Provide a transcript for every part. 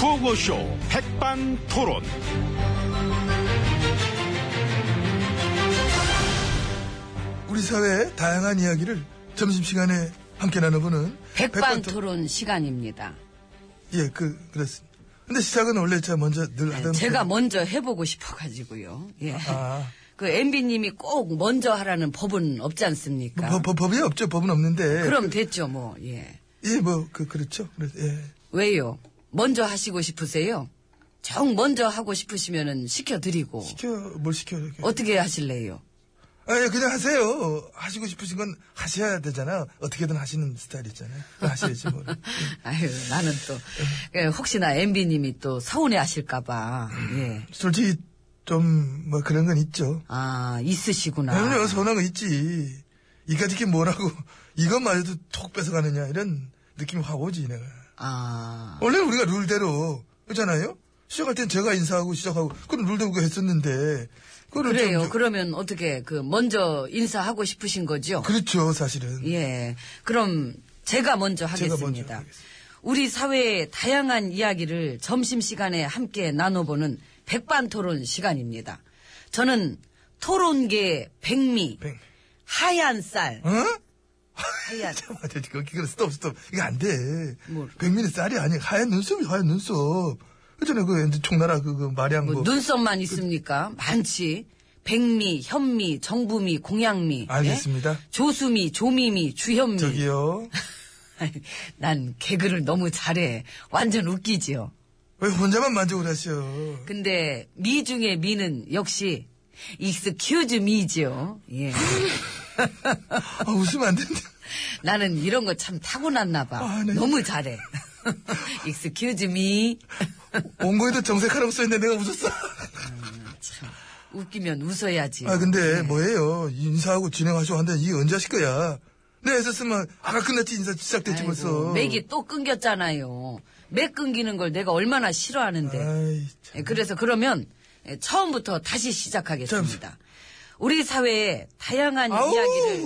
라디오쇼 백반토론. 우리 사회의 다양한 이야기를 점심시간에 함께 나눠보는 백반 백반토- 토론 시간입니다. 예, 그, 그렇습니다. 근데 시작은 원래 제가 먼저 늘 하던. 제가 뭐 그- 먼저 해보고 싶어가지고요. 예. 아. 그 MB님이 꼭 먼저 하라는 법은 없지 않습니까? 법, 법, 법이 없죠. 법은 없는데. 그럼 됐죠, 뭐, 예. 예, 뭐, 그, 그렇죠. 그래, 예. 왜요? 먼저 하시고 싶으세요? 정 먼저 하고 싶으시면은 시켜드리고. 시켜, 뭘 시켜요. 이렇게. 어떻게 하실래요? 아, 예, 그냥 하세요. 하시고 싶으신 건 하셔야 되잖아. 어떻게든 하시는 스타일 있잖아요. 하셔야지, 뭐. 아유, 나는 또, 예, 혹시나 MB님이 또 서운해 하실까봐, 예. 솔직히, 좀, 뭐, 그런 건 있죠. 아, 있으시구나. 네, 그럼요, 서운한 거 있지. 이까짓 게 뭐라고, 이것마저도 톡 뺏어가느냐, 이런 느낌이 확 오지, 내가. 아, 원래 우리가 룰대로, 그잖아요? 시작할 땐 제가 인사하고 시작하고, 그런 룰대로 그 했었는데, 그거를 그래요. 좀- 그러면 어떻게, 그, 먼저 인사하고 싶으신 거죠? 그렇죠, 사실은. 예. 그럼 제가 먼저 제가 하겠습니다. 먼저 하겠습니다. 우리 사회의 다양한 이야기를 점심시간에 함께 나눠보는 백반 토론 시간입니다. 저는 토론계 백미, 뱅. 하얀 쌀, 어? 하얀, 맞아, 지금 그거 스톱, 스톱. 이거 안 돼. 뭘? 백민의 쌀이 아니야. 하얀 눈썹이 하얀 눈썹. 그전에 그, 이제 총나라 그, 그 마량 뭐 뭐. 눈썹만 있습니까? 많지. 백미, 현미, 정부미, 공양미. 알겠습니다. 예? 조수미, 조미미, 주현미. 저기요. 난 개그를 너무 잘해. 완전 웃기지요. 왜 혼자만 만족을 하셔. 근데 미 중에 미는 역시 익스큐즈 미죠. 예. 아, 웃으면 안 된다. 나는 이런 거 참 타고났나 봐. 아, 네. 너무 잘해. 익스큐즈 미. 원고에도 정색하라고 써있는데 내가 웃었어. 참 웃기면 웃어야지. 아, 근데 음. 뭐예요. 인사하고 진행하셔 한다니 이게 언제 하실 거야. 내가 있었으면 아까 끝났지 인사 시작됐지 아이고, 벌써. 맥이 또 끊겼잖아요. 맥 끊기는 걸 내가 얼마나 싫어하는데. 아이, 예, 참. 그래서 그러면 예, 처음부터 다시 시작하겠습니다. 우리 사회의 다양한 아우, 이야기를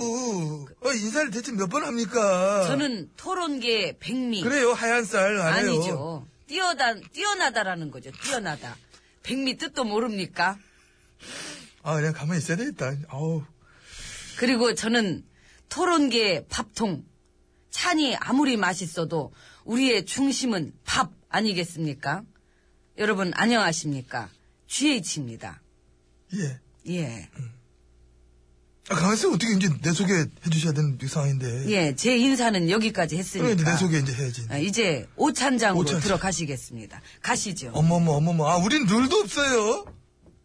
어, 인사를 대체 몇 번 합니까? 저는 토론계 백미 그래요, 하얀 쌀 아니에요. 아니죠. 뛰어다, 뛰어나다라는 거죠. 뛰어나다. 백미 뜻도 모릅니까? 아, 그냥 가만히 있어야 되겠다. 아우. 그리고 저는 토론계의 밥통. 찬이 아무리 맛있어도 우리의 중심은 밥 아니겠습니까? 여러분 안녕하십니까? GH입니다. 예. 예. 아, 가만히 있으면 어떻게 이제 내 소개 해주셔야 되는 상황인데. 예, 제 인사는 여기까지 했으니까. 그래, 이제 내 소개 이제 해야지. 아, 이제 오찬장으로 오찬장. 들어가시겠습니다. 가시죠. 어머머, 어머머. 아, 우린 룰도 없어요.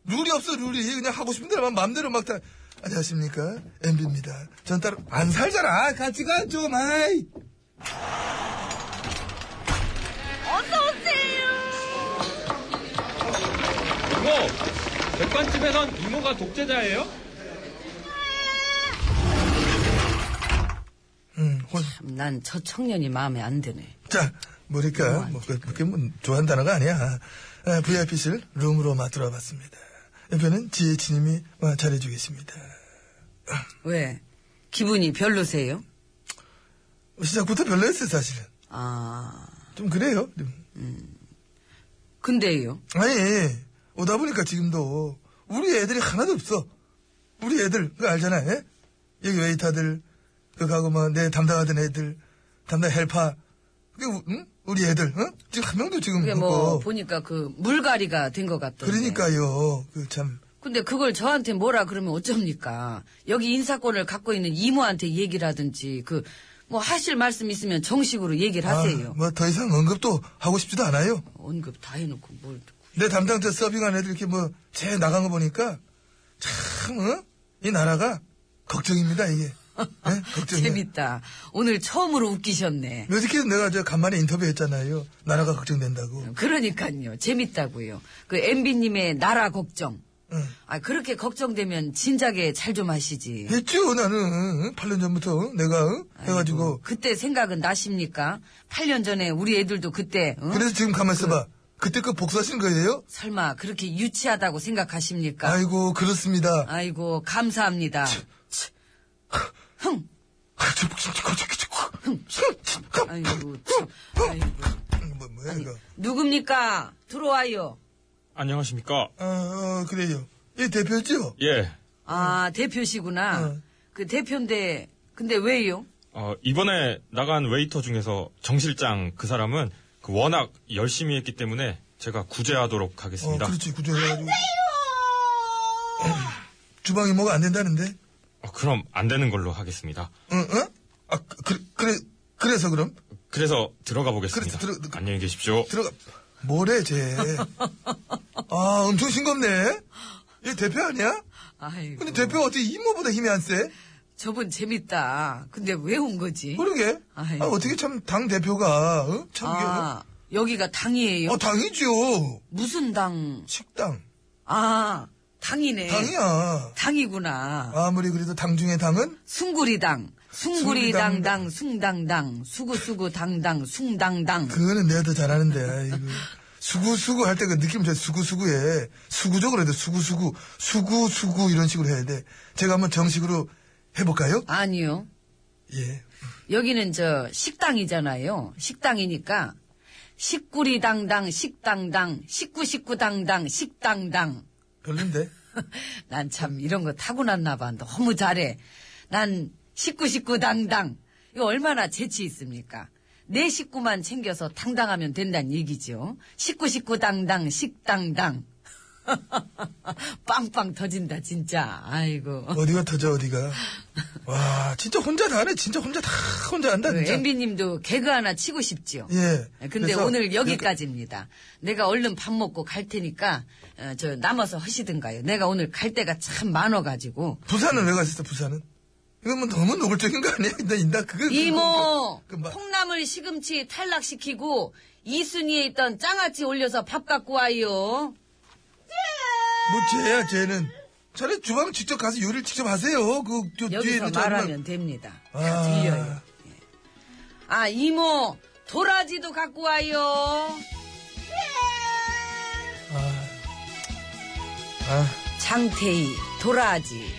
룰이 없어, 룰이. 그냥 하고 싶은 대로 막, 마음대로 막 다. 안녕하십니까. MB입니다. 전 따로 안 살잖아. 같이 가, 좀, 아이. 이모, 백반집에선 이모가 독재자예요? 음, 혼. 난 저 청년이 마음에 안 드네. 자, 뭐랄까. 뭐, 그- 그렇게 뭐, 좋아하는 단어가 아니야. 아, VIP실 룸으로 만들어 봤습니다. 옆에는 지혜진님이 잘해주겠습니다. 왜? 기분이 별로세요? 시작부터 별로였어요, 사실은. 아, 좀 그래요. 좀. 근데요. 아니, 오다 보니까 지금도 우리 애들이 하나도 없어. 우리 애들, 그거 알잖아, 예? 여기 웨이터들, 그거 가고 뭐, 내 담당하던 애들, 담당 헬파. 그게, 우- 응? 우리 애들, 응? 지금 한 명도 지금 그게 없고. 뭐, 보니까 그, 물갈이가 된 것 같던데. 그러니까요, 그 참. 근데 그걸 저한테 뭐라 그러면 어쩝니까? 여기 인사권을 갖고 있는 이모한테 얘기를 하든지, 그, 뭐 하실 말씀 있으면 정식으로 얘기를 하세요. 뭐, 더 이상 언급도 하고 싶지도 않아요. 언급 다 해놓고 뭘. 내 담당 저 서빙한 애들 이렇게 뭐, 쟤 나간 거 보니까, 참, 어? 이 나라가, 걱정입니다, 이게. 예? 걱정이야. 재밌다. 오늘 처음으로 웃기셨네. 뮤직키도 내가 저 간만에 인터뷰했잖아요. 나라가 걱정된다고. 그러니까요. 재밌다고요. 그 MB님의 나라 걱정. 응. 아, 그렇게 걱정되면 진작에 잘 좀 하시지. 했죠, 나는. 8년 전부터 내가 어? 해가지고. 그때 생각은 나십니까? 8년 전에 우리 애들도 그때 어? 그래서 지금 가만 있어봐. 그... 때그 복수하신 거예요? 설마 그렇게 유치하다고 생각하십니까? 아이고, 그렇습니다. 아이고, 감사합니다. 흥! 아이고, 참. 아이고, 뭐, 뭐야, 아니, 이거. 누굽니까? 들어와요. 안녕하십니까? 어, 어, 그래요. 이 대표죠? 예. 아, 대표시구나. 어. 그 대표인데, 근데 왜요? 어, 이번에 나간 웨이터 중에서 정 실장 그 사람은 그 워낙 열심히 했기 때문에 제가 구제하도록 어, 하겠습니다. 그렇지. 구조해가지고. 주방에 뭐가 안 된다는데? 어, 그럼 안 되는 걸로 하겠습니다. 응, 응? 아, 그, 그래, 그래서 그럼? 그래서 들어가 보겠습니다. 그래서 그렇죠. 들어- 안녕히 계십시오. 들어가. 뭐래, 쟤. 아, 엄청 싱겁네. 얘 대표 아니야? 아이고. 근데 대표가 어떻게 이모보다 힘이 안 세? 저분 재밌다. 근데 왜 온 거지? 모르게. 아이고. 아, 어떻게 참 당 대표가, 어? 참 이게. 아, 여기가 당이에요? 어, 당이죠. 무슨 당? 식당. 아, 당이네. 당이야. 구나 아무리 그래도 당 중에 당은 숭구리당. 숭구리당. 숭구리당당, 숭당당, 수구수구당당, 숭당당. 그거는 내가 더 잘하는데. 아이고. 수구수구 할 때 그 느낌 저 수구수구에 수구적으로 해야 돼. 수구수구 수구수구 이런 식으로 해야 돼. 제가 한번 정식으로 해볼까요? 아니요. 예. 여기는 저 식당이잖아요. 식당이니까 식구리당당, 식당당, 식구식구당당, 식당당. 별론데. 난 참 이런 거 타고났나 봐. 너무 잘해. 난 식구식구당당. 이거 얼마나 재치 있습니까? 내 식구만 챙겨서 당당하면 된다는 얘기죠. 식구식구당당, 식당당. 빵빵 터진다, 진짜. 아이고. 어디가 터져 어디가. 와 진짜 혼자 다 하네. 진짜 혼자 다 혼자 한다 진짜. 엠비님도 개그 하나 치고 싶지요. 예. 근데 그래서 그러니까 오늘 여기까지입니다. 내가 얼른 밥 먹고 갈 테니까 어, 저 남아서 하시든가요. 내가 오늘 갈 데가 참 많아가지고 부산은 왜 가셨어 부산은? 이건 뭐 너무 노골적인 거 아니야? 나 인다 그거 이모 그, 그, 그, 그, 콩나물 시금치 탈락시키고 이순이에 있던 장아찌 올려서 밥 갖고 와요. 뭐 쟤야 쟤는 차라리 주방 직접 가서 요리를 직접 하세요. 그저 뒤에 여기서 있는 뭐 저 아줌마. 말하면 됩니다. 다 아. 들려요. 예. 아 이모 도라지도 갖고 와요. 아. 장태희 도라지.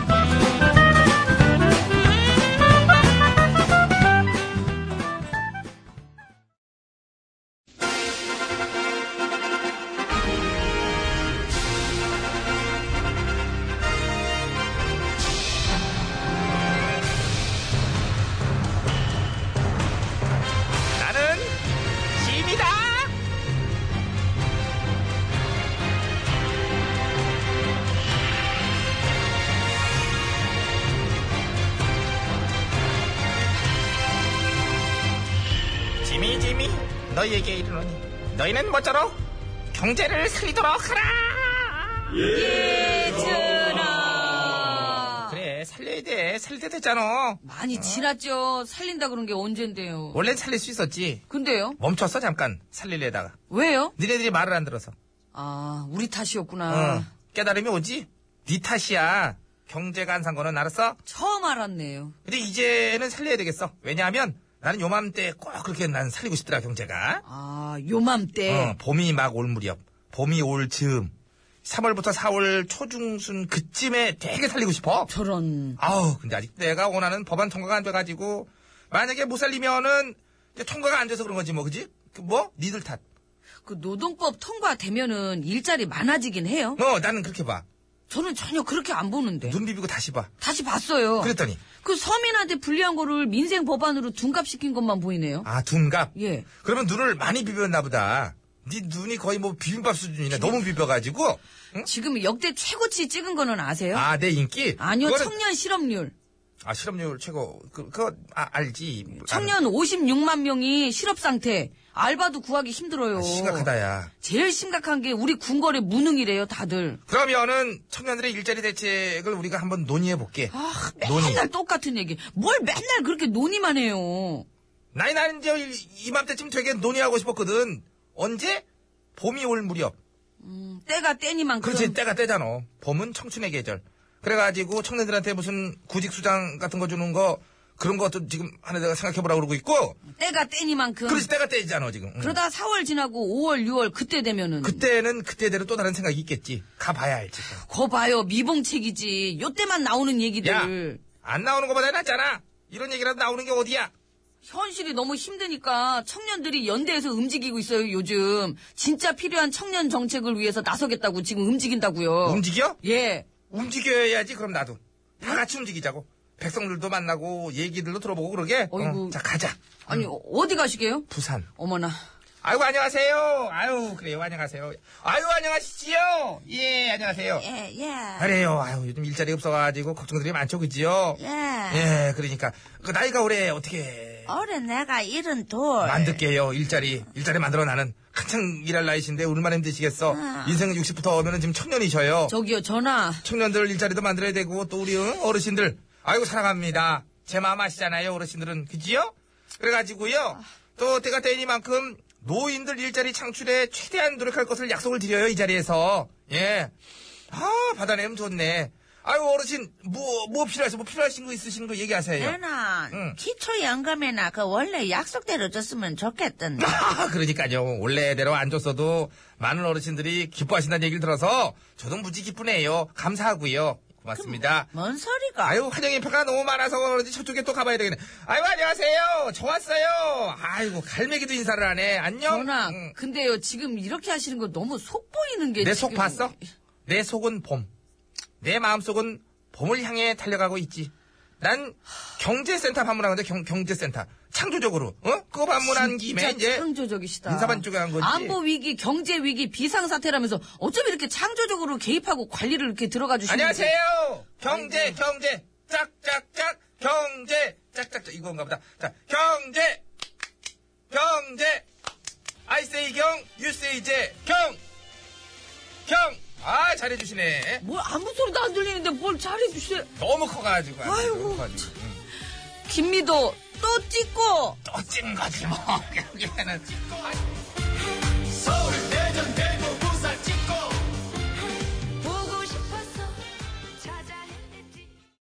나는 짐이다. 지미 지미 너희에게 이르노니 너희는 모쪼록 경제를 살리도록 하라 예전아 그래 살려야 돼 살려야 되잖아 많이 지났죠. 살린다 그런 게 언젠데요. 원래 살릴 수 있었지 근데요? 멈췄어 잠깐 살릴려다가 왜요? 니네들이 말을 안 들어서 아, 우리 어, 탓이었구나. 깨달음이 오지 니 탓이야 경제가 안 산 거는 알았어 처음 알았네요. 근데 이제는 살려야 되겠어 왜냐하면 나는 요맘때 꼭 그렇게 난 살리고 싶더라 경제가 아, 요맘때. 어, 봄이 막 올 무렵 봄이 올 즈음 3월부터 4월 초중순 그쯤에 되게 살리고 싶어 저런. 아우, 근데 아직 내가 원하는 법안 통과가 안 돼가지고, 만약에 못 살리면은, 이제 통과가 안 돼서 그런 거지, 뭐, 그지? 그 뭐? 니들 탓. 그 노동법 통과되면은 일자리 많아지긴 해요. 어, 나는 그렇게 봐. 저는 전혀 그렇게 안 보는데. 눈 비비고 다시 봐. 다시 봤어요. 그랬더니 그 서민한테 불리한 거를 민생 법안으로 둔갑시킨 것만 보이네요. 아 둔갑. 예. 그러면 눈을 많이 비볐나 보다. 네 눈이 거의 뭐 비빔밥 수준이네. 너무 비벼가지고. 응? 지금 역대 최고치 찍은 거는 아세요? 아 내 인기? 니요 그거는- 청년 실업률. 아 실업률 최고. 그, 그거 아, 알지. 청년 56만 명이 실업 상태. 알바도 구하기 힘들어요. 아, 심각하다야. 제일 심각한 게 우리 궁궐의 무능이래요, 다들. 그러면은 청년들의 일자리 대책을 우리가 한번 논의해 볼게. 아, 논의. 맨날 똑같은 얘기. 뭘 맨날 그렇게 논의만 해요. 나이 나는 이제 이- 이맘때쯤 되게 논의하고 싶었거든. 언제? 봄이 올 무렵. 음, 때가 때니만큼. 그렇지 때가 때잖아. 봄은 청춘의 계절. 그래가지고 청년들한테 무슨 구직 수당 같은 거 주는 거 그런 것도 지금 하나 내가 생각해 보라고 그러고 있고. 때가 때니만큼. 그렇지 때가 때잖아 지금. 응. 러다 4월 지나고 5월, 6월 그때 되면은. 그때는 그때대로 또 다른 생각이 있겠지. 가봐야 알지. 거 봐요. 미봉책이지. 요때만 나오는 얘기들. 안 나오는 것보다 낫잖아. 이런 얘기라도 나오는 게 어디야? 현실이 너무 힘드니까 청년들이 연대해서 움직이고 있어요, 요즘. 진짜 필요한 청년 정책을 위해서 나서겠다고 지금 움직인다고요. 움직여? 예. 움직여야지 그럼 나도 다 같이 움직이자고 백성들도 만나고 얘기들도 들어보고 그러게 어, 어이구. 자 가자 아니, 어, 어디 가시게요? 부산 어머나. 아이고 안녕하세요 아유 그래요 안녕하세요 아유 안녕하시지요 예 안녕하세요 예, 예. 그래요 아유 요즘 일자리 없어가지고 걱정들이 많죠 그지요 예. 예 그러니까 그 나이가 올해 어떻게 올해 내가 일은 예. 돌. 만들게요 일자리 일자리 만들어 나는 한창 일할 나이신데 얼마나 힘드시겠어 인생 60부터 오면은 지금 청년이셔요 저기요, 전화. 청년들 일자리도 만들어야 되고 또 우리 어, 어르신들 아이고 사랑합니다. 제 마음 아시잖아요 어르신들은 그지요? 그래가지고요 또 때가 때이니만큼 노인들 일자리 창출에 최대한 노력할 것을 약속을 드려요 이 자리에서 예. 아 받아내면 좋네. 아유 어르신 뭐 뭐 필요하세요? 뭐 필요하신 거 있으신 거 네, 얘기하세요. 나는 응. 기초연금이나 그 원래 약속대로 줬으면 좋겠던데. 아, 그러니까요. 원래대로 안 줬어도 많은 어르신들이 기뻐하신다는 얘기를 들어서 저도 무지 기쁘네요. 감사하고요. 고맙습니다. 뭔 소리가? 아유, 환영 인파가 너무 많아서 그런지 저쪽에 또 가봐야 되겠네. 아유, 안녕하세요. 저 왔어요. 아이고, 갈매기도 인사를 하네. 안녕. 전화. 응. 근데요, 지금 이렇게 하시는 거 너무 속 보이는 게. 내 속 지금- 봤어? 내 속은 봄. 내 마음속은 봄을 향해 달려가고 있지. 난 경제센터 방문하는데 경, 경제센터. 창조적으로. 어? 그거 방문한 김에 진짜 이제 창조적이시다. 인사반 쪽에 한 거지. 안보 위기, 경제 위기, 비상 사태라면서 어쩜 이렇게 창조적으로 개입하고 관리를 이렇게 들어가 주시는 안녕하세요. 경제, 경제. 짝짝짝. 경제. 짝짝짝. 이건가 보다. 자, 경제. 경제. I say 경, you say 제. 경. 경. 아, 잘해주시네. 뭘 아무 소리도 안 들리는데 뭘 잘해 주세요. 너무 커가지고. 아주 아이고, 너무 커가지고. 음. 응. 김미도 또 찍고 또 찐 거지, 뭐. 결국에는. 서울대.